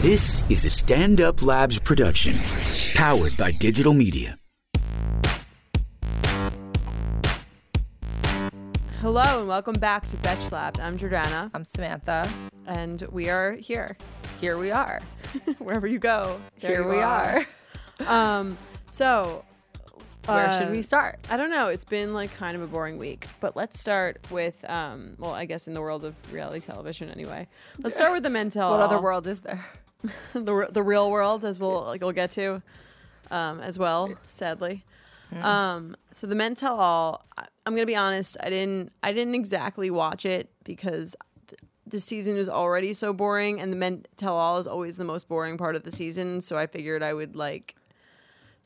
This is a Stand Up Labs production, powered by digital media. Hello and welcome back to Betch Lab. I'm Jordana, I'm Samantha. and we are here. Here we are. Wherever you go, there Here you we are. Um, so Where uh, should we start? I don't know. It's been like kind of a boring week, but let's start with um. Well, I guess in the world of reality television, anyway. Let's start with the mental. What other world is there? the, r- the real world as we'll like we'll get to um, as well sadly um, so the men tell all I- i'm gonna be honest i didn't i didn't exactly watch it because th- the season is already so boring and the men tell all is always the most boring part of the season so i figured i would like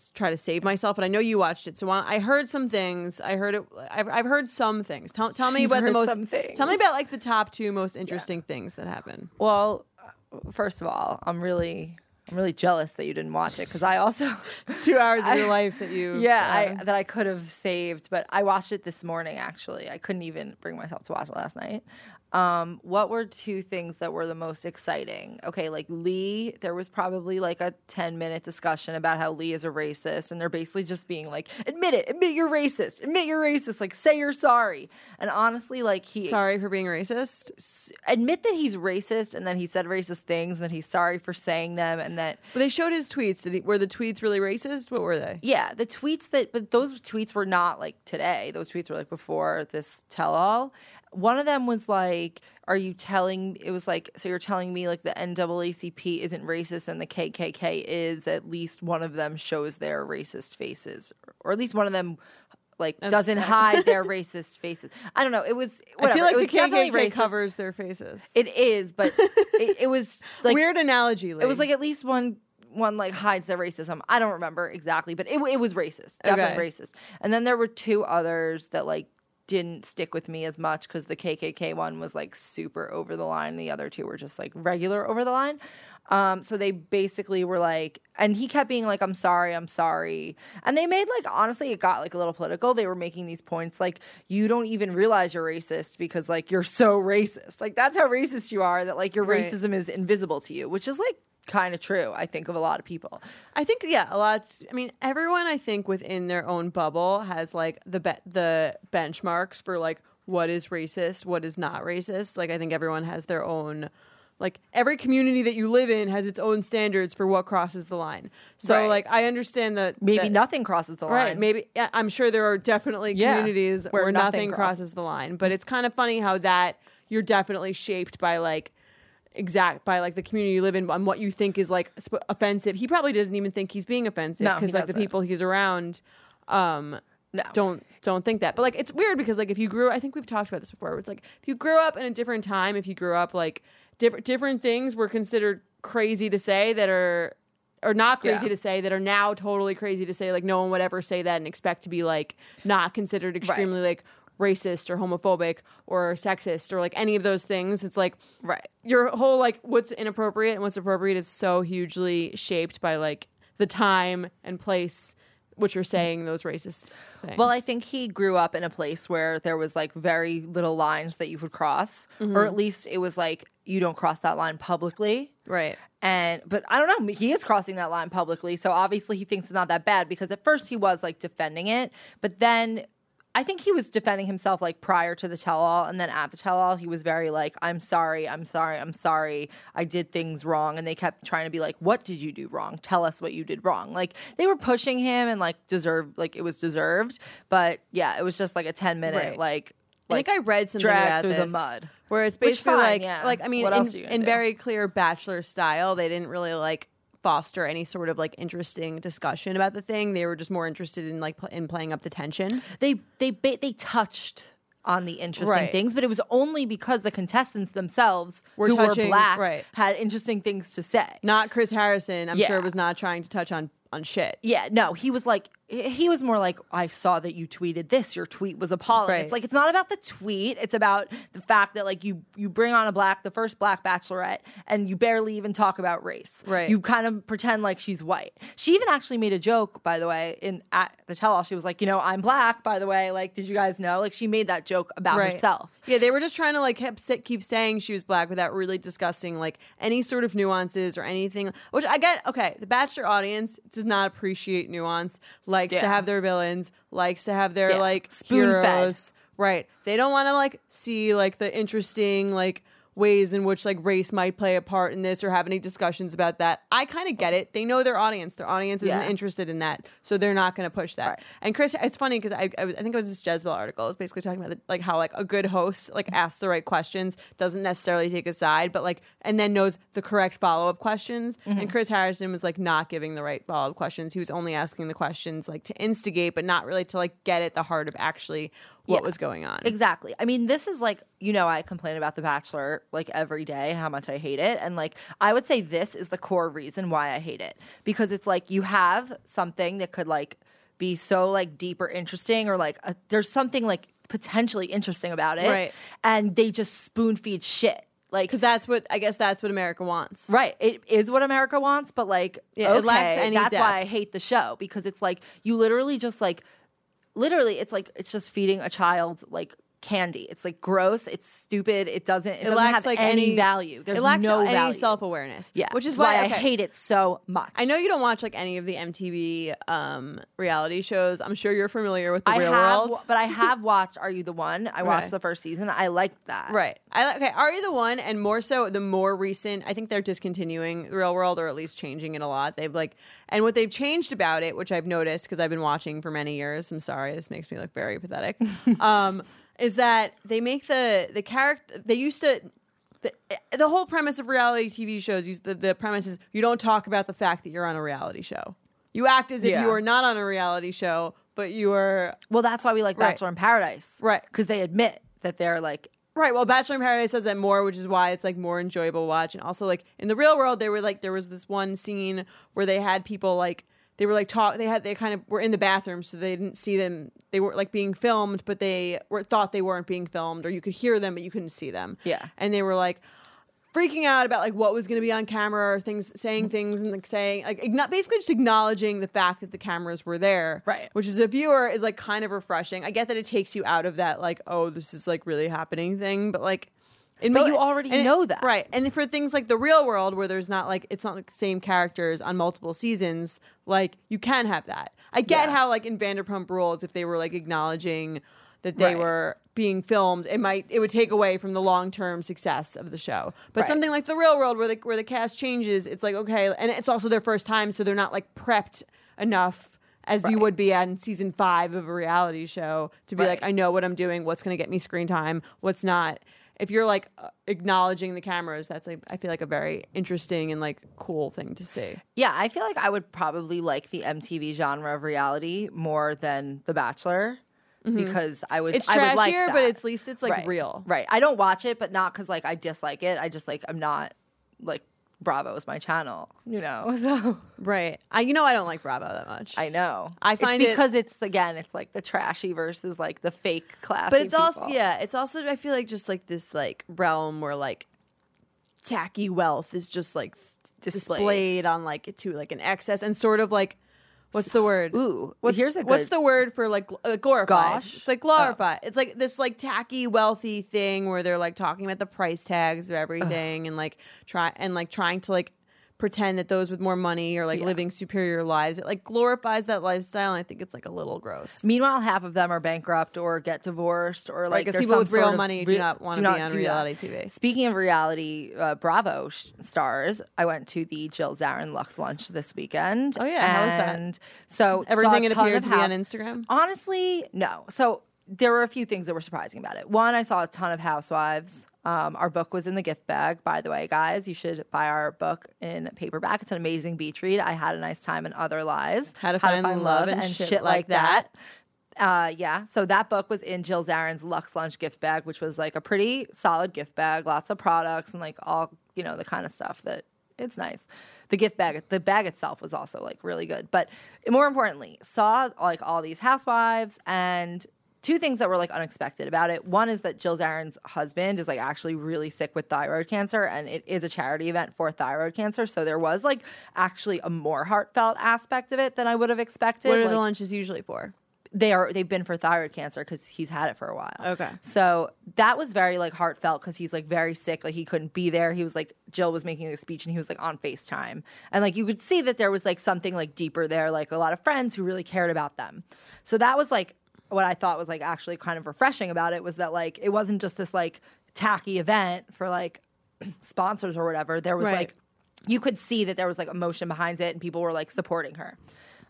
s- try to save myself but i know you watched it so on, i heard some things i heard it i've, I've heard some things tell, tell me You've about the heard most some things. tell me about like the top two most interesting things that happen Well, first of all, I'm really I'm really jealous that you didn't watch it because I also it's two hours of your life that you uh, yeah, I, that I could have saved, but I watched it this morning actually. I couldn't even bring myself to watch it last night. Um, what were two things that were the most exciting? Okay, like Lee, there was probably like a 10 minute discussion about how Lee is a racist, and they're basically just being like, admit it, admit you're racist, admit you're racist, like say you're sorry. And honestly, like he sorry for being racist. admit that he's racist and that he said racist things and that he's sorry for saying them and that But they showed his tweets. Did he, were the tweets really racist? What were they? yeah the tweets that but those tweets were not like today those tweets were like before this tell all one of them was like are you telling it was like so you're telling me like the naacp isn't racist and the kkk is at least one of them shows their racist faces or at least one of them like doesn't hide their racist faces i don't know it was whatever. I feel like it was the definitely KKK racist. covers their faces. it is but it, it was like Weird analogy. It was like at least one one like hides their racism. I don't remember exactly, but it it was racist, definitely Okay. racist. And then there were two others that like didn't stick with me as much because the KKK one was like super over the line. The other two were just like regular over the line. Um, so they basically were like, and he kept being like, "I'm sorry, I'm sorry," and they made like honestly, it got like a little political. They were making these points like, "You don't even realize you're racist because like you're so racist. Like that's how racist you are that like your Right. racism is invisible to you," which is like kind of true. I think of a lot of people. I think yeah, a lot. I mean, everyone I think within their own bubble has like the be- the benchmarks for like what is racist, what is not racist. Like I think everyone has their own. Like every community that you live in has its own standards for what crosses the line. So Right. like I understand that Maybe that- nothing crosses the Right. line. Maybe yeah, I'm sure there are definitely Yeah, communities where, where nothing nothing crosses. crosses- the line, but it's kind of funny how that you're definitely shaped by like exact by like the community you live in and what you think is like sp- offensive. He probably doesn't even think he's being offensive No, he because like the doesn't. people he's around um no. don't don't think that. But like it's weird because like if you grew I think we've talked about this before. Where it's like if you grew up in a different time, if you grew up like different different things were considered crazy to say that are or not crazy Yeah. to say that are now totally crazy to say like no one would ever say that and expect to be like not considered extremely like racist or homophobic or sexist or like any of those things it's like Right. your whole like what's inappropriate and what's appropriate is so hugely shaped by like the time and place which you're saying those racist things Well, I think he grew up in a place where there was like very little lines that you could cross, or at least it was like you don't cross that line publicly. Right. And but I don't know, he is crossing that line publicly, so obviously he thinks it's not that bad because at first he was like defending it, but then I think he was defending himself like prior to the tell all and then at the tell all he was very like I'm sorry, I'm sorry, I'm sorry. I did things wrong and they kept trying to be like what did you do wrong? Tell us what you did wrong. Like they were pushing him and like deserved like it was deserved, but yeah, it was just like a 10 minute Right. like I think I read something drag about through the this, mud. where it's Which basically fine, like, yeah. like I mean, What in, else are you gonna in do? very clear bachelor style, they didn't really like foster any sort of like interesting discussion about the thing. They were just more interested in like pl- in playing up the tension. they they ba- they touched on the interesting Right. things, but it was only because the contestants themselves, Were who touching- were black, right. had interesting things to say. Not Chris Harrison. I'm Yeah. sure was not trying to touch on on shit. Yeah, no, he was like, he was more like, I saw that you tweeted this. Your tweet was appalling. Right. It's like it's not about the tweet. It's about the fact that like you you bring on a black, the first black bachelorette, and you barely even talk about race. Right. You kind of pretend like she's white. She even actually made a joke, by the way, in at the tell-all. She was like, you know, I'm black. By the way, like, did you guys know? Like, she made that joke about herself. Yeah, they were just trying to like keep, sit- keep saying she was black without really discussing like any sort of nuances or anything. Which I get. Okay, the Bachelor audience does not appreciate nuance. Likes to Yeah. have their villains. Likes to have their Yeah. like Spoon-fed. heroes. Right. They don't want to like see like the interesting like ways in which like race might play a part in this or have any discussions about that. I kind of get it. They know their audience. Their audience isn't Yeah. interested in that, so they're not going to push that. Right. And Chris, it's funny because I, I, was- I think it was this Jezebel article. It was basically talking about like how like a good host like asks the right questions, doesn't necessarily take a side, but like and then knows the correct follow up questions. Mm-hmm. And Chris Harrison was like not giving the right follow up questions. He was only asking the questions like to instigate, but not really to like get at the heart of actually what Yeah. was going on. Exactly. I mean, this is like, you know, I complain about The Bachelor like every day, how much I hate it. And like, I would say this is the core reason why I hate it because it's like you have something that could like be so like deep or interesting or like a, there's something like potentially interesting about it. Right. And they just spoon feed shit. Like, Because that's what I guess that's what America wants. Right. It is what America wants, but like Yeah, okay, it lacks any that's why I depth. hate the show because it's like you literally just like literally it's like it's just feeding a child like candy. It's like gross, it's stupid, it doesn't it, It doesn't lacks have like any, any value. There's it lacks no any value. self awareness. yeah. which is why, why, I okay. hate it so much. I know you don't watch like any of the MTV um, reality shows. I'm sure you're familiar with the I Real have World, but I have watched Are You the One? I watched Right. the first season. I liked that. right? I okay. Are you the one? And more so, the more recent. I think they're discontinuing the Real World, or at least changing it a lot. They've like, and what they've changed about it, which I've noticed because I've been watching for many years. I'm sorry, this makes me look very pathetic. um, is that they make the the character? They used to. The, eh, the whole premise of reality TV shows, you, the, the premise is you don't talk about the fact that you're on a reality show. You act as if Yeah. you are not on a reality show, but you are Well, that's why we like Right. Bachelor in Paradise. Right. Cuz they admit that they're like Right. Well, Bachelor in Paradise does that more, which is why it's like more enjoyable to watch. And also, like in the real world, they were like there was this one scene where they had people like they were like talk. They had they kind of were in the bathroom, so they didn't see them. They were like being filmed, but they were thought they weren't being filmed, or you could hear them, but you couldn't see them. Yeah. And they were like freaking out about like what was going to be on camera or things saying things and like saying like igno- basically just acknowledging the fact that the cameras were there Right. which as a viewer is like kind of refreshing i get that it takes you out of that like oh this is like really happening thing but like in But mul- you already and it- know that. right and for things like the real world where there's not like it's not like the same characters on multiple seasons like you can have that i get Yeah. how like in vanderpump rules if they were like acknowledging that they Right. were being filmed it might it would take away from the long-term success of the show but Right. something like the real world where the where the cast changes, it's like okay, and it's also their first time, so they're not like prepped enough as you Right. would be on season five of a reality show to be like, Right. I know what I'm doing, what's going to get me screen time, what's not. If you're like uh, acknowledging the cameras, that's like I feel like a very interesting and like cool thing to see. Yeah, I feel like I would probably like the MTV genre of reality more than The Bachelor because I would. Mm-hmm. It's I would like trashier, that. but it's at least it's like Right, real. Right. I don't watch it, but not because like I dislike it. I just like I'm not like Bravo is my channel. You know, so Right. I you know I don't like Bravo that much. I know. I It's find it- because it's again, it's like the trashy versus like the fake classy. but it's also people. yeah it's also i feel like just like this like realm where like tacky wealth is just like displayed, Displayed. on like to like an excess and sort of like what's the word Ooh, what's, here's a good, what's the word for like gl- uh, glorified Gosh? it's like glorified it's like this like tacky wealthy thing where they're like talking about the price tags of everything and like try and like trying to like pretend that those with more money are like living superior lives it like glorifies that lifestyle and i think it's like a little gross Meanwhile, half of them are bankrupt or get divorced or like because there's people some with real sort of money do not wanna do be on do that. reality TV. Speaking of reality, uh, Bravo sh- stars. I went to the Jill Zarin Lux lunch this weekend. Oh, yeah. How was that? And so saw everything a it ton appeared of to be on house- instagram Honestly, no. So there were a few things that were surprising about it. One, I saw a ton of housewives. Um, our book was in the gift bag, by the way, guys. You should buy our book in paperback. It's an amazing beach read. I had a nice time in Other Lies, How to Find Love and Shit Like That. uh, yeah. So that book was in Jill Zarin's Lux Lunch gift bag, which was like a pretty solid gift bag, lots of products and like all, you know, the kind of stuff that It's nice. The gift bag, the bag itself was also like really good. But more importantly, saw like all these housewives and two things that were like unexpected about it. One is that Jill Zarin's husband is like actually really sick with thyroid cancer, and it is a charity event for thyroid cancer. So there was like actually a more heartfelt aspect of it than I would have expected. What are Like, the lunches usually for? they are they've been for thyroid cancer because he's had it for a while. Okay. So that was very like heartfelt because he's like very sick. Like he couldn't be there. He was like Jill was making a speech and he was like on FaceTime. And like you could see that there was like something like deeper there, like a lot of friends who really cared about them. So that was like what I thought was like actually kind of refreshing about it was that like it wasn't just this like tacky event for like sponsors or whatever. There was Right. like you could see that there was like emotion behind it and people were like supporting her.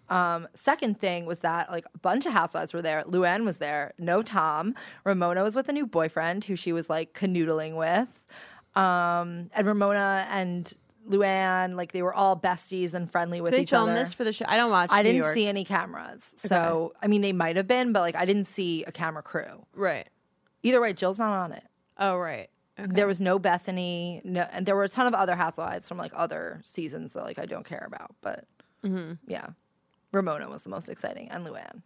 Um, second thing was that like a bunch of housewives were there. Luann was there. No Tom. Ramona was with a new boyfriend who she was like canoodling with. Um, and Ramona and Luann, like they were all besties and friendly with Did they each film other. this for the show? I don't watch. I New didn't York. see any cameras. So I mean they might have been, but like I didn't see a camera crew. Right. Either way, Jill's not on it. Oh, right. Okay. There was no Bethany, no, and there were a ton of other housewives from like other seasons that like I don't care about, but Mm-hmm. yeah, Ramona was the most exciting, and Luann.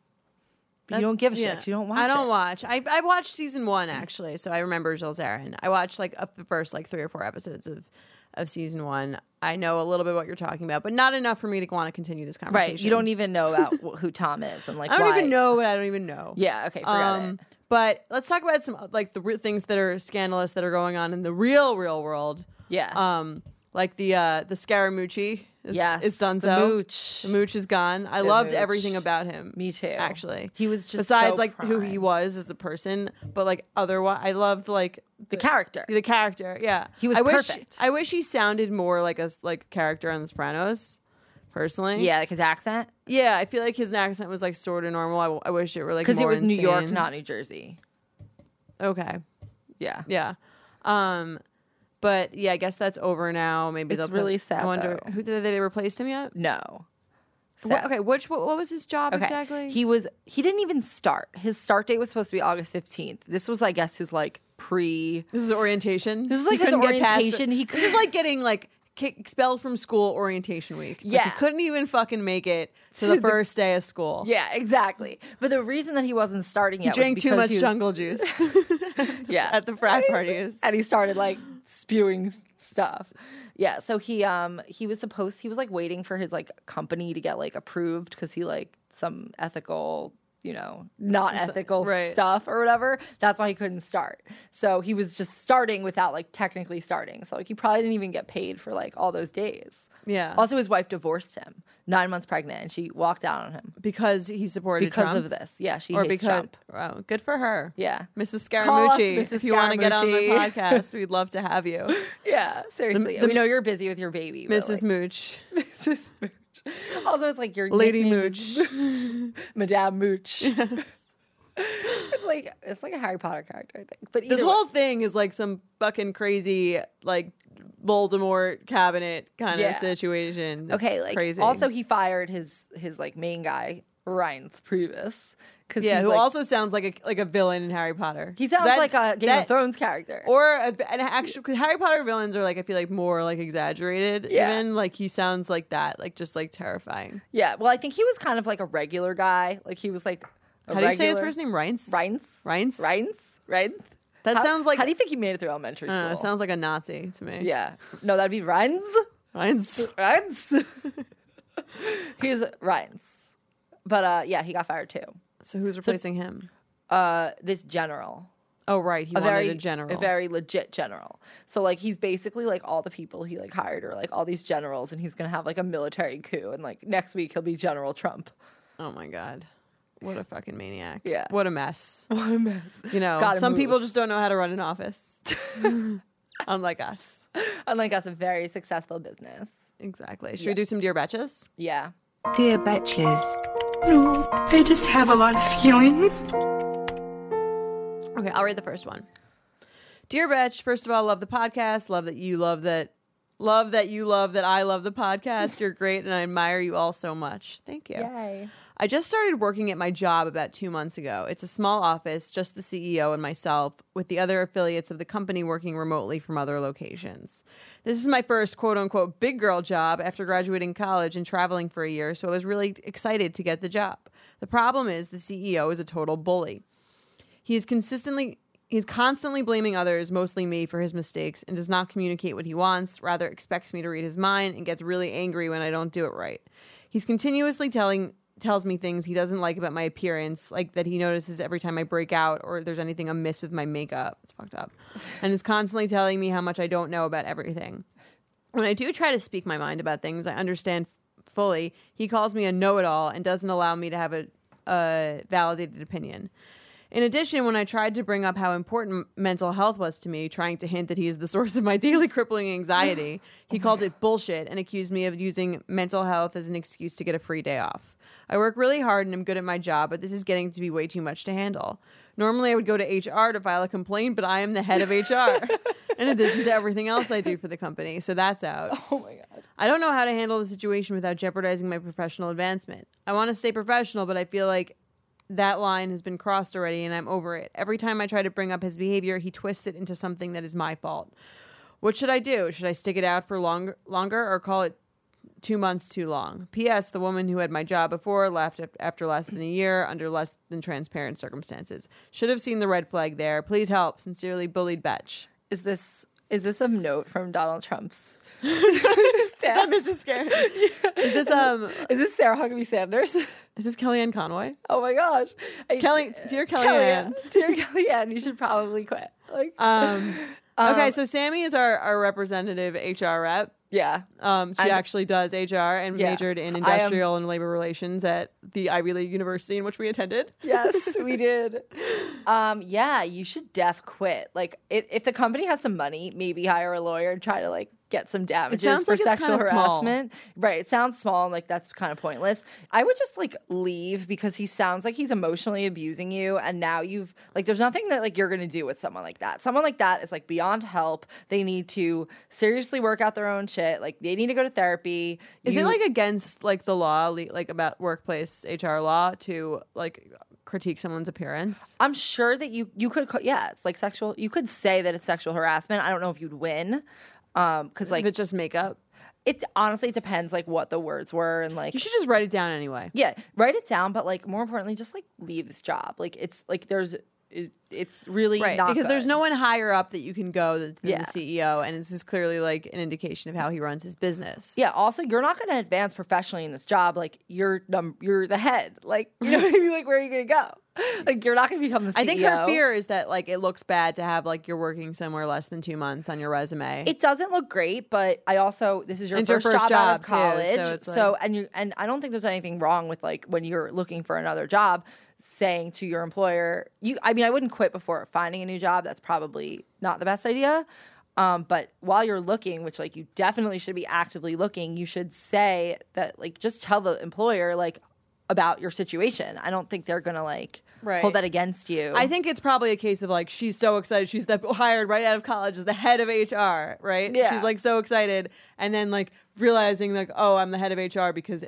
But you don't give a shit. Yeah. 'cause You don't watch. I don't it. watch. I I watched season one actually, so I remember Jill Zarin. I watched like up the first like three or four episodes of of season one. I know a little bit what you're talking about, but not enough for me to want to continue this conversation. Right. You don't even know about wh- who Tom is and like. I don't why- even know what I don't even know. Um, Yeah. Okay. Forget it. But let's talk about some like the re- things that are scandalous that are going on in the real real world. Yeah. Um, like the uh the Scaramucci. Is, Yes, is done the so. Mooch. The Mooch is gone. I loved Mooch. everything about him. Me too. Actually, He was just besides so like who he prime. was as a person, but like otherwise, I loved like The character. The character. Yeah, He was I wish, perfect. I wish he sounded more like a s- like character on The Sopranos. Personally, yeah, like his accent yeah. I feel like his accent was like sort of normal. I, w- I wish it were like because it more was New York, insane. not New Jersey. okay. Yeah. Yeah. Um but yeah, I guess that's over now. Maybe It's they'll put- really sad, I wonder though. who did they replace him yet? No. What, So- okay, which what, what was his job Okay. exactly? He was he didn't even start. His start date was supposed to be August 15th. This was I guess his like pre this is orientation. This is like his orientation. He this is like getting like ki- expelled from school orientation week. It's like Yeah. he couldn't even fucking make it to the the- first day of school. Yeah, exactly. But the reason that he wasn't starting yet drank was too because much he was- jungle juice yeah. at the frat And he- parties. And he started like spewing stuff. Yeah, so he um he was supposed he was like waiting for his like company to get like approved cuz he like some ethical you know, not ethical right. stuff or whatever. That's why he couldn't start. So he was just starting without like technically starting. So like he probably didn't even get paid for like all those days. Yeah. Also, his wife divorced him, nine months pregnant, and she walked out on him because he supported because Trump? of this. Yeah, she or hates because Trump. wow, good for her. Yeah. Mrs. Call us, Scaramucci, Mrs. if you want to get on the Scaramucci. podcast, we'd love to have you. Yeah, seriously. the- we know you're busy with your baby, but, Mrs. Mooch, like, Mrs. Mooch. Also, it's like your Lady nickname Mooch. is Madame Mooch. it's like it's like a Harry Potter character, I think. But This either way- whole thing is like some fucking crazy, like Voldemort cabinet kind Yeah. of situation. It's okay, like crazy. also he fired his his like main guy Ryan Priebus because yeah, he's who like, also sounds like a like a villain in Harry Potter. he sounds That- like a Game that- of Thrones character. Or a, an actual 'cause Harry Potter villains are like I feel like more like exaggerated. Yeah. Even like he sounds like that, like just like terrifying. yeah, well, I think he was kind of like a regular guy. Like he was like a How do regular, you say his first name? Reince. Reince. Reince. Reince. Reince. That How- sounds like- How do you think he made it through elementary I school? don't know, it sounds like a Nazi to me. Yeah. No, that'd be Rhines. Reince. Rhines. He's Rhines. But uh, yeah, he got fired too. So who's replacing him? Uh, this general. Oh right, he wanted a general. a very legit general. So like he's basically like all the people he like hired are like all these generals, and he's gonna have like a military coup, and like next week he'll be General Trump. oh my god, what a fucking maniac! Yeah. what a mess. What a mess. You know, Gotta some move. people just don't know how to run an office, unlike us. Unlike us, a very successful business. Exactly. Should we do some dear betches? Yeah. Dear Betches. No, I just have a lot of feelings. Okay, I'll read the first one. Dear Betch, first of all, love the podcast. Love that you love that. Love that you love that I love the podcast. You're great, and I admire you all so much. Thank you. Yay. I just started working at my job about two months ago. It's a small office, just the CEO and myself, with the other affiliates of the company working remotely from other locations. This is my first quote unquote big girl job after graduating college and traveling for a year, so I was really excited to get the job. The problem is the CEO is a total bully. He is consistently he's constantly blaming others, mostly me, for his mistakes and does not communicate what he wants, rather expects me to read his mind and gets really angry when I don't do it right. He's continuously telling tells me things he doesn't like about my appearance, like that he notices every time I break out or if there's anything amiss with my makeup. It's fucked up. And is constantly telling me how much I don't know about everything. When I do try to speak my mind about things, I understand f- fully. He calls me a know-it-all and doesn't allow me to have a, a validated opinion. In addition, when I tried to bring up how important mental health was to me, trying to hint that he is the source of my daily crippling anxiety, he called it bullshit and accused me of using mental health as an excuse to get a free day off. I work really hard and I'm good at my job, but this is getting to be way too much to handle. Normally, I would go to HR to file a complaint, but I am the head of HR, in addition to everything else I do for the company, so that's out. I don't know how to handle the situation without jeopardizing my professional advancement. I want to stay professional, but I feel like that line has been crossed already and I'm over it. Every time I try to bring up his behavior, he twists it into something that is my fault. What should I do? Should I stick it out for longer, longer or call it two months too long? P.S. The woman who had my job before left af- after less than a year under less than transparent circumstances. Should have seen the red flag there. Please help. Sincerely, Bullied Betch. Is this is this a note from Donald Trump's? This is scary. Is this um? Is this Sarah Huckabee Sanders? Is this Kellyanne Conway? Oh my gosh, I- Kelly, dear Kellyanne. Kellyanne, dear Kellyanne, you should probably quit. Like, Um, okay, so Sammy is our, our representative HR rep. yeah, Um, she And- actually does HR and Yeah. majored in I am- industrial and labor relations at the Ivy League university in which we attended. yes, we did. Um, yeah, you should def quit. Like, if, if the company has some money, maybe hire a lawyer and try to like get some damages sounds for like it's sexual kinda small. harassment. Right? It sounds small, and like that's kind of pointless. I would just like leave because he sounds like he's emotionally abusing you, and now you've like there's nothing that like you're gonna do with someone like that. Someone like that is like beyond help. They need to seriously work out their own shit. Like they need to go to therapy. Is it You- like against like the law, le- like about workplace HR law, to like critique someone's appearance? I'm sure that you you could co- yeah, it's like sexual. You could say that it's sexual harassment. I don't know if you'd win, um, because Like, like if it's just makeup, it honestly depends like what the words were and like you should just write it down anyway. yeah, write it down. But like more importantly, just like leave this job. Like it's like there's it, it's really Right, not because there's good. no one higher up that you can go than than Yeah. the CEO, and this is clearly like an indication of how he runs his business. Yeah. Also, you're not going to advance professionally in this job. Like you're num- you're the head. Like you know what I mean. Like where are you going to go? Like you're not going to become the. E CEO. I think her fear is that like it looks bad to have like you're working somewhere less than two months on your resume. It doesn't look great, but I also this is your, It's your first, first job, out of job, too, college. so so, it's like- and you and I don't think there's anything wrong with like when you're looking for another job, saying to your employer, you I mean, I wouldn't quit before finding a new job. That's probably not the best idea. Um, but while you're looking, which like you definitely should be actively looking, you should say that like just tell the employer like about your situation. I don't think they're gonna like Right. hold that against you. I think it's probably a case of like she's so excited she's the, hired right out of college as the head of HR, right? Yeah. She's like so excited, and then like realizing like oh I'm the head of HR because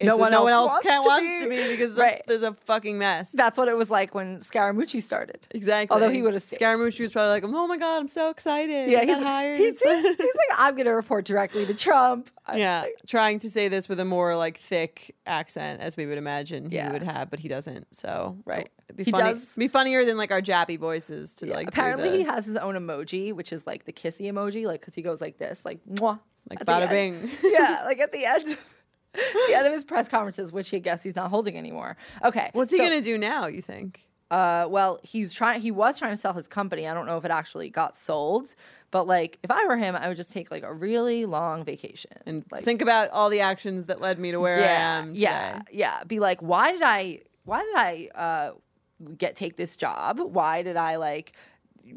it's, No one no one else else wants can, to wants be- to be because Right. there's a fucking mess. that's what it was like when Scaramucci started. exactly. Although he would have stayed. Scaramucci was probably like oh my god I'm so excited. Yeah, I he's got like, hired. He's, he's like, I'm going to report directly to Trump. I- yeah, trying to say this with a more like thick accent as we would imagine Yeah. he would have, but he doesn't. So Right. it'd be He funny- does- be funnier than like our jappy voices to yeah. like. do apparently the- he has his own emoji, which is like the kissy emoji, like because he goes like this, like mwah, Like at the bada end. bing. yeah, like at the end, the end of his press conferences, which I guess he's not holding anymore. Okay, What's he so, gonna do now? You think? Uh, well, he's trying. He was trying to sell his company. I don't know if it actually got sold, but like if I were him, I would just take like a really long vacation And like think about all the actions that led me to where I am. Yeah, today. yeah. Be like, why did I? Why did I uh, get take this job? Why did I like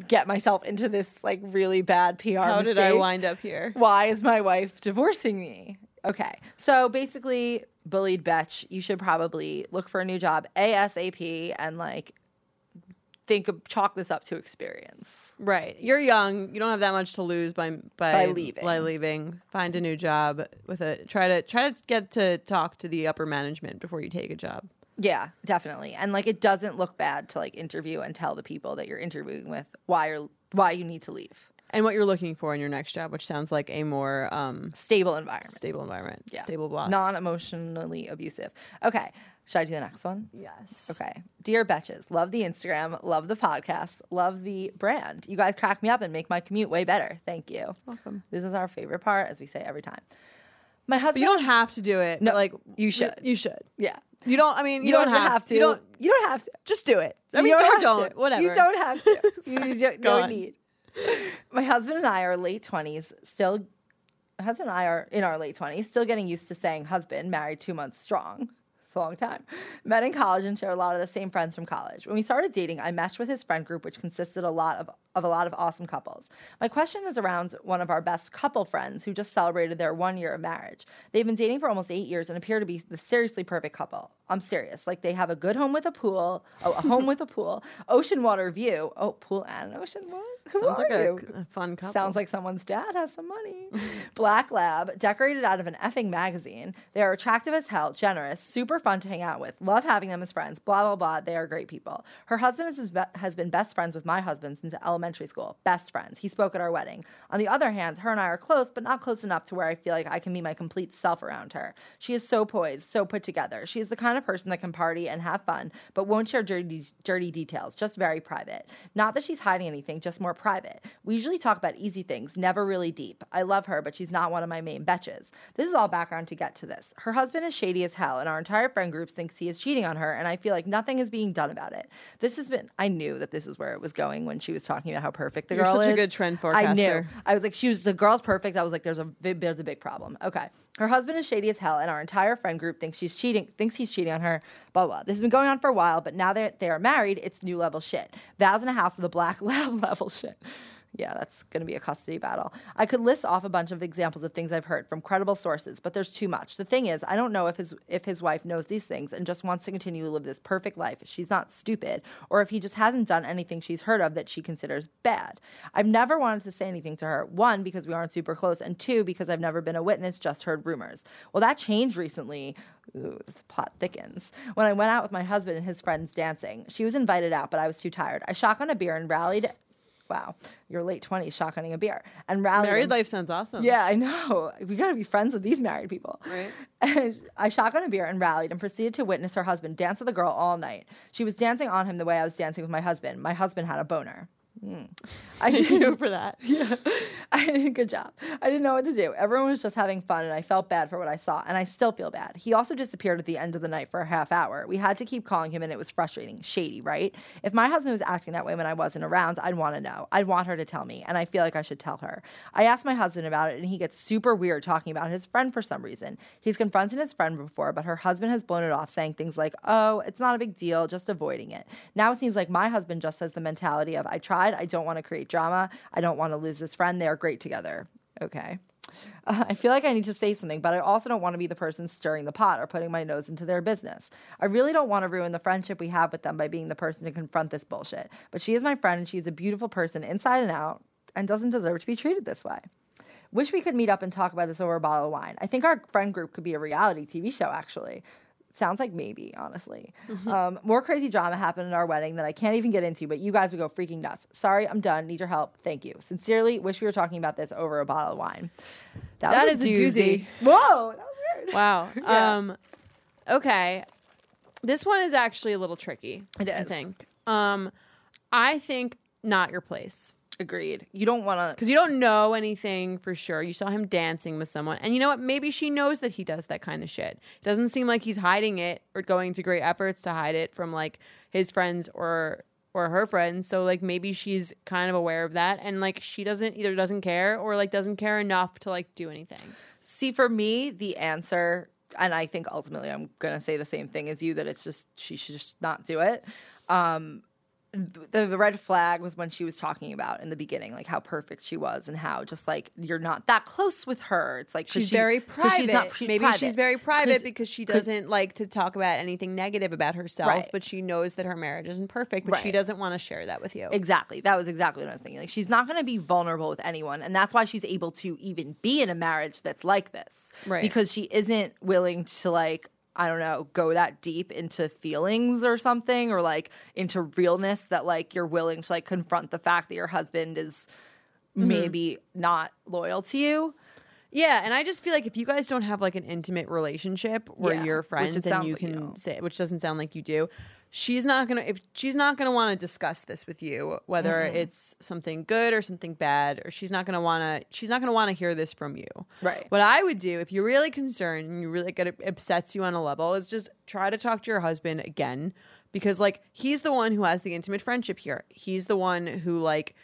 get myself into this like really bad PR? How did I mistake? wind up here? Why is my wife divorcing me? Okay, so basically, bullied Betch, you should probably look for a new job asap and like think of chalk this up to experience. Right. You're young. You don't have that much to lose by by, By leaving. By leaving, find a new job with a try to try to get to talk to the upper management before you take a job. Yeah, definitely. And like it doesn't look bad to like interview and tell the people that you're interviewing with why you're why you need to leave. And what you're looking for in your next job, which sounds like a more um, Stable environment. stable environment, stable boss. Non emotionally abusive. Okay. Should I do the next one? yes. Okay. Dear Betches, love the Instagram, love the podcast, love the brand. You guys crack me up and make my commute way better. Thank you. Welcome. This is our favorite part, as we say every time. My husband. You don't have to do it. No, No, like you should. You should. yeah. You don't. I mean, you, You, don't, have, to. You don't. You don't have to. Just do it. I mean, you or don't, have don't. to. Whatever. You don't have to. you don't, Go no on. need. My husband and I are late twenties, still. My husband and I are in our late twenties, still getting used to saying "husband." Married two months strong. It's a long time. Met in college and share a lot of the same friends from college. When we started dating, I meshed with his friend group, which consisted a lot of, of a lot of awesome couples. My question is around one of our best couple friends who just celebrated their one year of marriage. They've been dating for almost eight years and appear to be the seriously perfect couple. I'm serious. Like they have a good home with a pool, oh, a home with a pool, ocean water view. Oh, pool and an ocean. What? Who Sounds are like a, you? a fun couple. Sounds like someone's dad has some money. Black Lab, decorated out of an effing magazine. They are attractive as hell, generous, super fun to hang out with. Love having them as friends. Blah blah blah. They are great people. Her husband is, his be- has been best friends with my husband since elementary school. Best friends. He spoke at our wedding. On the other hand, her and I are close, but not close enough to where I feel like I can be my complete self around her. She is so poised, so put together. She is the kind of person that can party and have fun, but won't share dirty, dirty details, just very private. Not that she's hiding anything, just more private. We usually talk about easy things, never really deep. I love her, but she's not one of my main betches. This is all background to get to this. Her husband is shady as hell, and our entire friend group thinks he is cheating on her, and I feel like nothing is being done about it. This has been, I knew that this is where it was going when she was talking about how perfect the You're girl such a is. good trend I knew. forecaster. I was like, she was the girl's perfect. I was like, there's a big, there's a big problem. Okay, her husband is shady as hell, and our entire friend group thinks she's cheating, thinks he's cheating on her. Blah blah. This has been going on for a while, but now that they are married, it's new level shit. Vows in a house with a black lab level shit. Yeah, that's going to be a custody battle. I could list off a bunch of examples of things I've heard from credible sources, but there's too much. The thing is, I don't know if his if his wife knows these things and just wants to continue to live this perfect life. She's not stupid, or if he just hasn't done anything she's heard of that she considers bad. I've never wanted to say anything to her. One, because we aren't super close, and two, because I've never been a witness, just heard rumors. Well, that changed recently. Ooh, the plot thickens. When I went out with my husband and his friends dancing, she was invited out, but I was too tired. I shotgun a beer and rallied. Wow, your late twenties shotgunning a beer and rallied. married and- life sounds awesome. yeah, I know. We got to be friends with these married people. Right. And I shotgun a beer and rallied and proceeded to witness her husband dance with a girl all night. She was dancing on him the way I was dancing with my husband. My husband had a boner. Hmm. I Thank did. you for that. Yeah. I, good job. I didn't know what to do. Everyone was just having fun, and I felt bad for what I saw, and I still feel bad. He also disappeared at the end of the night for a half hour. We had to keep calling him, and it was frustrating. Shady, right? If my husband was acting that way when I wasn't around, I'd want to know. I'd want her to tell me, and I feel like I should tell her. I asked my husband about it, and he gets super weird talking about his friend for some reason. He's confronted his friend before, but her husband has blown it off, saying things like, oh, it's not a big deal, just avoiding it. Now it seems like my husband just has the mentality of, I tried, I don't want to create drama, I don't want to lose this friend, they are great together. Okay. Uh, I feel like I need to say something, but I also don't want to be the person stirring the pot or putting my nose into their business. I really don't want to ruin the friendship we have with them by being the person to confront this bullshit. But she is my friend and she's a beautiful person inside and out and doesn't deserve to be treated this way. Wish we could meet up and talk about this over a bottle of wine. I think our friend group could be a reality TV show, actually. Sounds like maybe, honestly. Mm-hmm. Um, more crazy drama happened at our wedding that I can't even get into, but you guys would go freaking nuts. Sorry, I'm done. Need your help. Thank you. Sincerely, wish we were talking about this over a bottle of wine. That was is a doozy. Whoa, that was weird. Wow. Yeah. Um okay. This one is actually a little tricky. It I is. think. Um I think not your place. Agreed. You don't want to. Because you don't know anything for sure. You saw him dancing with someone. And you know what? Maybe she knows that he does that kind of shit. It doesn't seem like he's hiding it or going to great efforts to hide it from like his friends or or her friends. So like maybe she's kind of aware of that and like she doesn't either doesn't care or like doesn't care enough to like do anything. See, for me, the answer, and I think ultimately I'm going to say the same thing as you that it's just, she should just not do it. Um, the, the red flag was when she was talking about in the beginning, like how perfect she was and how just like you're not that close with her. It's like 'cause She's she- very 'cause private. She's not, she's Maybe she's private. very 'Cause- private because she doesn't like to talk about anything negative about herself, Right. but she knows that her marriage isn't perfect, but she Right. doesn't want to share that with you. Exactly. That was exactly what I was thinking. Like she's not going to be vulnerable with anyone, and that's why she's able to even be in a marriage that's like this, Right. Because she isn't willing to like I don't know go that deep into feelings or something, or like into realness that like you're willing to like confront the fact that your husband is Mm-hmm. maybe not loyal to you. Yeah, and I just feel like if you guys don't have like an intimate relationship where Yeah, you're which it friends and sounds you like you can don't. say which doesn't sound like you do, she's not gonna if she's not gonna wanna discuss this with you, whether Mm-hmm. it's something good or something bad, or she's not gonna wanna she's not gonna wanna hear this from you. Right. What I would do if you're really concerned and you really get it upsets you on a level is just try to talk to your husband again because like he's the one who has the intimate friendship here. He's the one who like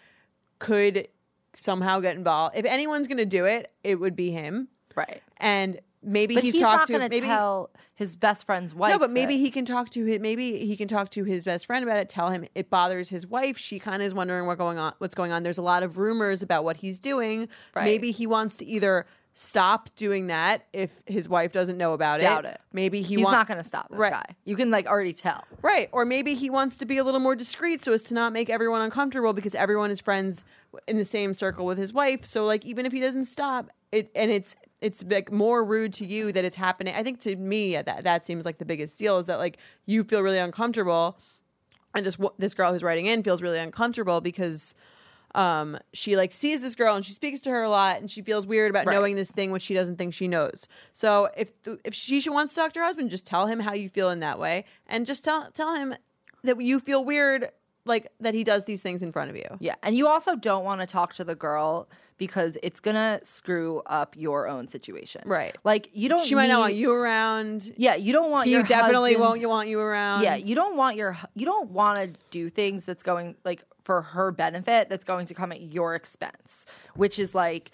could somehow get involved. If anyone's going to do it, it would be him. Right. And maybe But he's, he's, talked not going to to maybe tell his best friend's wife. no, but maybe that- he can talk to his maybe he can talk to his best friend about it. Tell him it bothers his wife. She kind of is wondering what going on, what's going on. There's a lot of rumors about what he's doing. Right. Maybe he wants to either stop doing that if his wife doesn't know about doubt it. it. Maybe he he's wa- not going to stop this Right. guy. You can like already tell. Right. Or maybe he wants to be a little more discreet so as to not make everyone uncomfortable because everyone is friends in the same circle with his wife. So like even if he doesn't stop it and it's it's like more rude to you that it's happening. I think to me that that seems like the biggest deal is that like you feel really uncomfortable and this wo- this girl who's writing in feels really uncomfortable because um she like sees this girl and she speaks to her a lot and she feels weird about Right. knowing this thing which she doesn't think she knows. So if th- if she, she wants to talk to her husband, just tell him how you feel in that way and just tell tell him that you feel weird like that he does these things in front of you. Yeah, and you also don't want to talk to the girl because it's gonna screw up your own situation. Right. Like you don't. She might not need- want you around. Yeah, you don't want. he your definitely husband- won't want you around. Yeah, you don't want your. hu- You don't want to do things that's going like for her benefit. That's going to come at your expense, which is like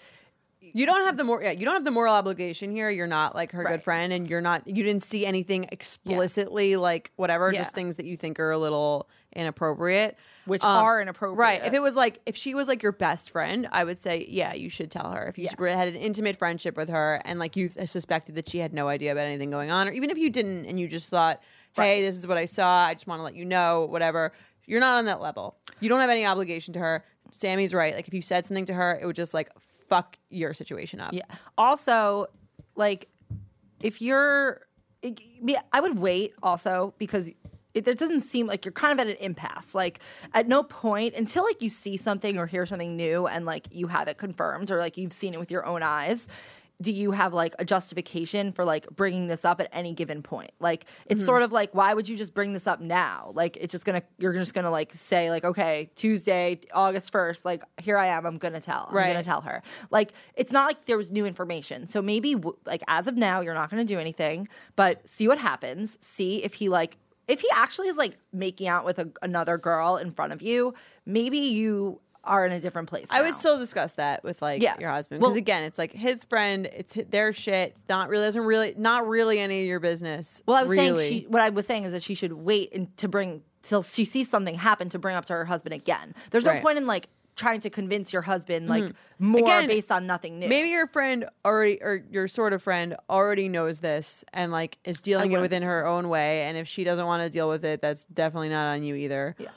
You don't have the mor- yeah, you don't have the moral obligation here. You're not like her good Right. friend and you're not you didn't see anything explicitly like whatever, Yeah. just things that you think are a little inappropriate. Which are inappropriate. um, Right. If it was like if she was like your best friend, I would say, yeah, you should tell her. If you Yeah. had an intimate friendship with her and like you suspected that she had no idea about anything going on, or even if you didn't and you just thought, Hey, this is what I saw, I just want to let you know, whatever. You're not on that level. You don't have any obligation to her. Sammy's right. Like if you said something to her, it would just like fuck your situation up. Yeah. Also, like, if you're, it- yeah, I would wait also because it, it doesn't seem like you're kind of at an impasse. Like, at no point until like you see something or hear something new and like you have it confirmed or like you've seen it with your own eyes. Do you have like a justification for like bringing this up at any given point? Like, it's sort of like, why would you just bring this up now? Like, it's just gonna, you're just gonna like say, like, okay, Tuesday, August 1st, like, here I am, I'm gonna tell. I'm Right. gonna tell tell her. Like, it's not like there was new information. So maybe, w- like, as of now, you're not going to do anything, but see what happens. See if he, like, if he actually is, like, making out with a, another girl in front of you, maybe you are in a different place. I would now. still discuss that with like Yeah. your husband Well- because again, it's like his friend, it's hi- their shit. It's not really doesn't really not really any of your business. Well, I was really. saying she. What I was saying is that she should wait and to bring till she sees something happen to bring up to her husband again. There's Right. Mm. no point in like trying to convince your husband like more Again, based on nothing new. Maybe your friend already or your sort of friend already knows this and like is dealing it wouldn't within her own way. And if she doesn't want to deal with it, that's definitely not on you either. Yeah.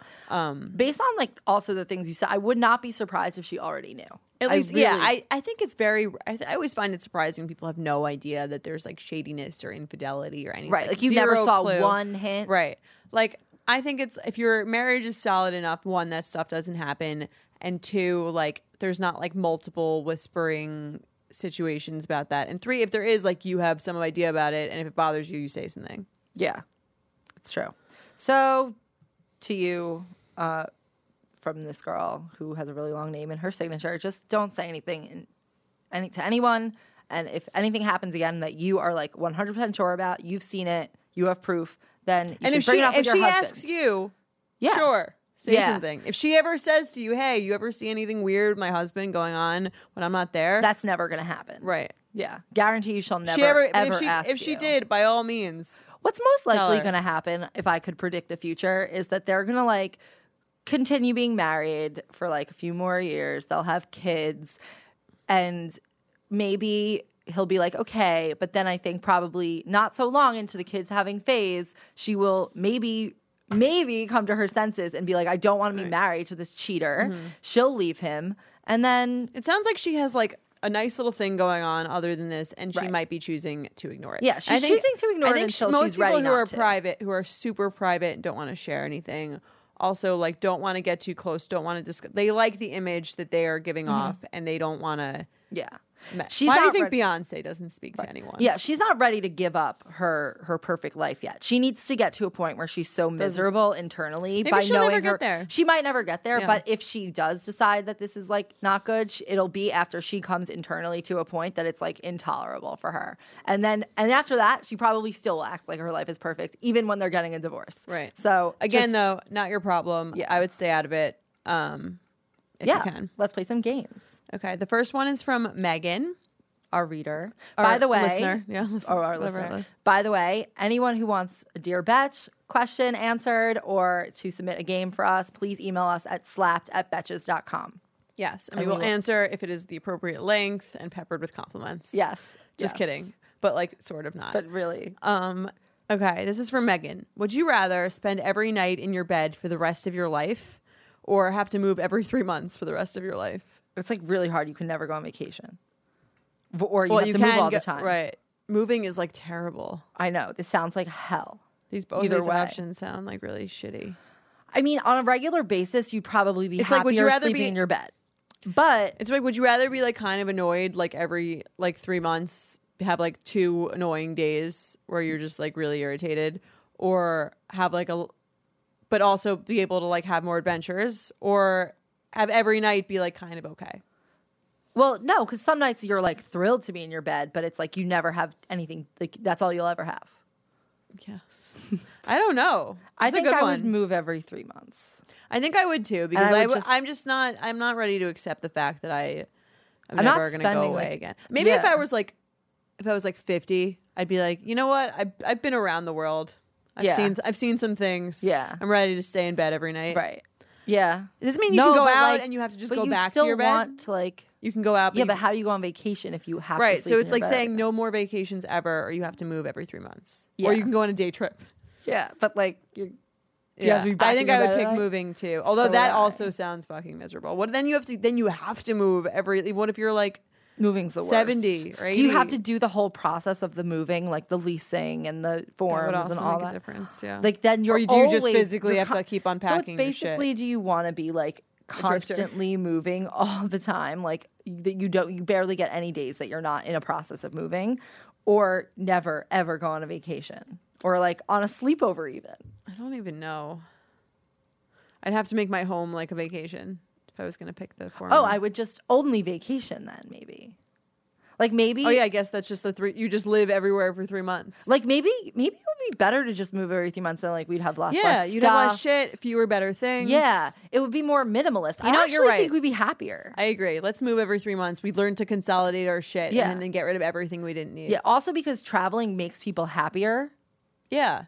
based on like also the things you said, I would not be surprised if she already knew. At I least, yeah, really- I, I think it's very. I, th- I always find it surprising when people have no idea that there's like shadiness or infidelity or anything. Right, like you never zero saw clue. one hint. Right, like I think it's if your marriage is solid enough, one that stuff doesn't happen, and two, like there's not like multiple whispering situations about that, and three, if there is, like you have some idea about it, and if it bothers you, you say something. Yeah, it's true. So, to you, uh, from this girl who has a really long name in her signature, just don't say anything in, any, to anyone. And if anything happens again that you are like 100% sure about, you've seen it, you have proof, then you and can if bring she it up if with your she husband. asks you, Yeah. sure, say Yeah. something. If she ever says to you, "Hey, you ever see anything weird with my husband going on when I'm not there?" that's never going to happen. right. Yeah. Guarantee you she'll never, she ever, ever if she ask if she you. did, by all means, What's most Tell likely her. going to happen if I could predict the future is that they're going to like continue being married for like a few more years. They'll have kids and maybe he'll be like, okay. But then I think probably not so long into the kids having phase, she will maybe, maybe come to her senses and be like, I don't want to be married to this cheater. Mm-hmm. She'll leave him. And then, It sounds like she has like a nice little thing going on other than this, and she Right. might be choosing to ignore it. Yeah, I she's choosing to ignore I it think sh- until most she's people ready who not are to. private, who are super private and don't want to share anything, also like don't want to get too close, don't want to discuss. They like the image that they are giving off, and they don't want to. yeah. She's Why do you Mm-hmm. not think ready- Beyonce doesn't speak to anyone? Yeah, she's not ready to give up her her perfect life yet. She needs to get to a point where she's so miserable internally Maybe by she'll knowing never get her- there. She might never get there, Yeah. but if she does decide that this is like not good, sh- it'll be after she comes internally to a point that it's like intolerable for her. And then and after that, she probably still will act like her life is perfect even when they're getting a divorce. Right. So Again, just- though, not your problem. Yeah. I would stay out of it. Um, if yeah, you can. let's play some games. Okay. The first one is from Megan. Our reader, Our by the way, listener. Yeah, listener, or our whatever it listener. was. By the way, anyone who wants a Dear Betch question answered or to submit a game for us, please email us at slapped at betches.com. Yes, and we will answer if it is the appropriate length and peppered with compliments. Yes. Just yes. kidding. But like sort of not. But really, um okay, this is for Megan. Would you rather spend every night in your bed for the rest of your life or have to move every 3 months for the rest of your life? it's like really hard. You can never go on vacation. V- Or you well, have you to can move all go- the time. Right. Moving is like terrible. I know. This sounds like hell. These both Either these way. options sound like really shitty. I mean, on a regular basis, you'd probably be It's happier like, would you rather sleeping be- in your bed. But It's like, would you rather be like kind of annoyed like every like three months, have like two annoying days where you're just like really irritated, or have like a, but also be able to like have more adventures, or have every night be like kind of okay? Well, no, because some nights you're like thrilled to be in your bed, but it's like you never have anything. Like that's all you'll ever have. Yeah, I don't know. I It's think a good I one. would move every three months. I think I would too because I would I w- just- I'm just not. I'm not ready to accept the fact that I. I'm, I'm not never going to go spending, away like- again. Maybe if Yeah. I was like, if I was like 50, I'd be like, you know what? I've I've been around the world. I've Yeah. seen I've seen some things. Yeah. I'm ready to stay in bed every night. Right. Yeah. Does this mean you No, can go but, out like- and you have to just but go you back still to your bed? want to like. you can go out. But Yeah, you- but how do you go on vacation if you have right? To So it's like saying no more vacations ever, or you have to move every three months, or Yeah. you can go on a day trip. Yeah, but like you're. You have Yeah, to be back I in think your I bed would at pick night. moving too. Although So that would I. also sounds fucking miserable. What then you have to then you have to move every. What if you're like Moving's the worst. 70 or Do you have 80? to do the whole process of the moving, like the leasing and the that forms would also and all make that? a difference? Yeah, Like then you're or you do you just always- physically you're have to con- keep unpacking So your it's shit. basically, do you want to be like drifter. constantly moving all the time, like that you don't, you barely get any days that you're not in a process of moving, or never ever go on a vacation, or like on a sleepover even. I don't even know. I'd have to make my home like a vacation if I was going to pick the form. Oh, I would just only vacation then maybe, like maybe. Oh yeah, I guess that's just the three. You just live everywhere for three months. Like maybe maybe it would be better to just move every three months than like we'd have less. yeah, less you'd have less stuff. shit, fewer better things. Yeah, it would be more minimalist. I know, actually you're right. think we'd be happier. I agree. Let's move every three months. We learn to consolidate our shit Yeah. and then get rid of everything we didn't need. yeah, also because traveling makes people happier. Yeah.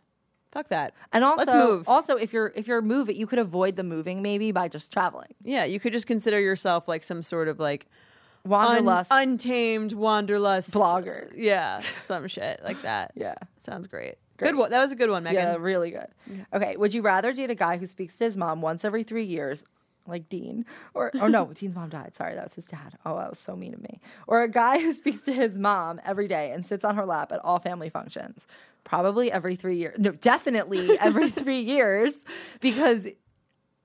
Fuck that. And also, let's move. also if you're if you're moving, you could avoid the moving maybe by just traveling. yeah, you could just consider yourself like some sort of like un- Wanderlust. untamed wanderlust Blogger. Yeah, some shit like that. Yeah. sounds great. Great. Good one. That was a good one, Megan. Mm-hmm. yeah, really good. Okay, would you rather date a guy who speaks to his mom once every three years, like Dean, or oh no, Dean's mom died. Sorry, that was his dad. Oh, that was so mean of me. Or a guy who speaks to his mom every day and sits on her lap at all family functions, probably every three years. No, definitely every three years, because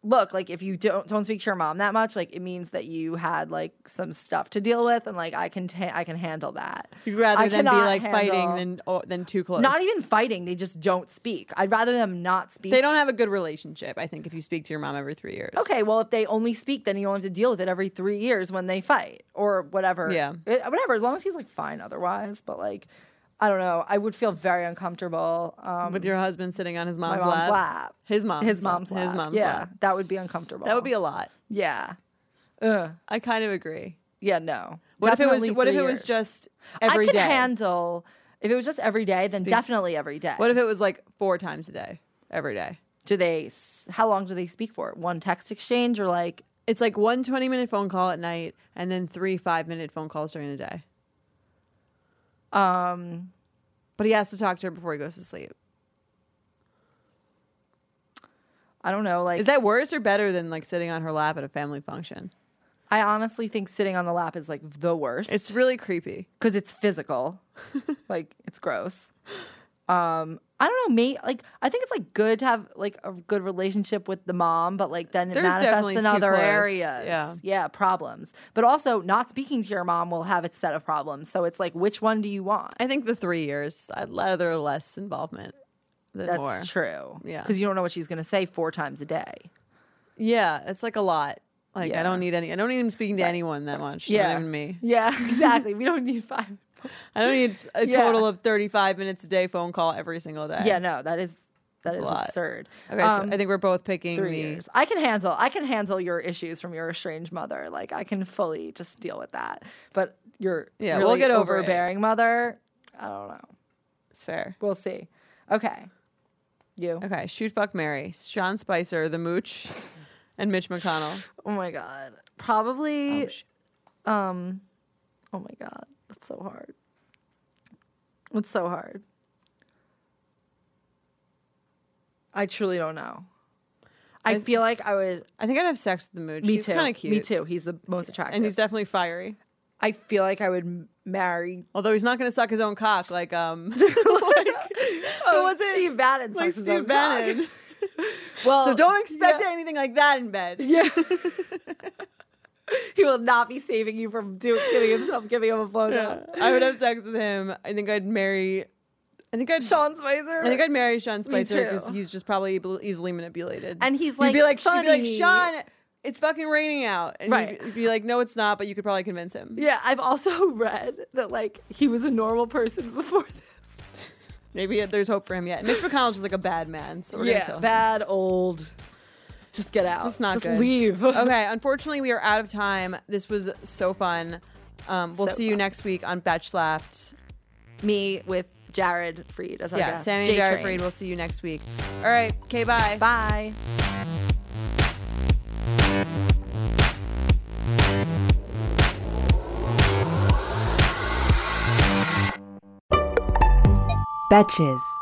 look like if you don't don't speak to your mom that much like it means that you had like some stuff to deal with and like i can ta- i can handle that You'd rather I than be cannot like fighting handle- than oh, than too close. not even fighting they just don't speak i'd rather them not speak They don't have a good relationship. I think if you speak to your mom every three years. okay well if they only speak then you only have to deal with it every three years when they fight or whatever Yeah. It- whatever as long as he's like fine otherwise but like i don't know i would feel very uncomfortable um With your husband sitting on his my mom's, mom's lap. His mom's his lap. mom's lap. His mom's yeah lap. that would be uncomfortable That would be a lot. yeah Ugh. I kind of agree. yeah no What if it Definitely was what if three it was years. just every I could day? handle if it was just every day, then definitely every day. what if it was like four times a day? Every day. do they? s- How long do they speak for? One text exchange or like? It's like one 20 minute phone call at night and then three five minute phone calls during the day. um But he has to talk to her before he goes to sleep. I don't know. Like Is that worse or better than like sitting on her lap at a family function? I honestly think sitting on the lap is like the worst. It's really creepy. because it's physical. like it's gross. Um, I don't know, mate. Like I think it's like good to have like a good relationship with the mom, but like then it There's manifests definitely in too other close, areas. yeah. problems. But also, not speaking to your mom will have its set of problems. So it's like, which one do you want? I think the three years, I'd rather less involvement than That's more. true. Yeah. because you don't know what she's gonna say four times a day. Yeah, it's like a lot. Like Yeah. I don't need any. I don't need him speaking to anyone that much. Yeah, Yeah, even me. Yeah, exactly. we don't need five. I don't need a Yeah. total of thirty-five minutes a day phone call every single day. Yeah, no, that is that That's is a lot. absurd. Okay, Um, so I think we're both picking three the. years. I can handle. I can handle your issues from your estranged mother. Like I can fully just deal with that. But your Yeah, really we'll get over it. overbearing mother. I don't know. It's fair. We'll see. Okay, you. Okay, shoot, fuck, Mary, Sean Spicer, the Mooch, and Mitch McConnell. Oh my god. Probably. Oh, sh- um. Oh my god. That's so hard. It's so hard. I truly don't know. I feel like I would. I think I'd have sex with the Mooch. Me he's too. Kind of cute. Me too. He's the most attractive. And he's definitely fiery. I feel like I would m- marry Although he's not going to suck his own cock like um. like, Oh, was it? Steve Bannon? like sucks his own Steve Bannon. cock. Well, So don't expect yeah. anything like that in bed. Yeah. he will not be saving you from do, giving himself giving him a blowjob. I would have sex with him. I think I'd marry. I think I'd. Sean Spicer. I think I'd marry Sean Spicer too. because he's just probably able- easily manipulated. And he's, You'd be like like, she'd be like funny. Sean. It's fucking raining out, and Right. you'd be- you'd be like, no, it's not. But you could probably convince him. yeah, I've also read that like he was a normal person before this. Maybe there's hope for him yet. Mitch McConnell's just like a bad man, so we're gonna kill him. bad old. Just get out. Just not Just good. leave. okay, unfortunately, we are out of time. This was so fun. Um, we'll So see you fun. next week on Batch Slapped. Me with Jared Freed as our Yeah, guest. Sammy and J Jared Train. Freed. We'll see you next week. All right, okay, bye. Bye. Betches.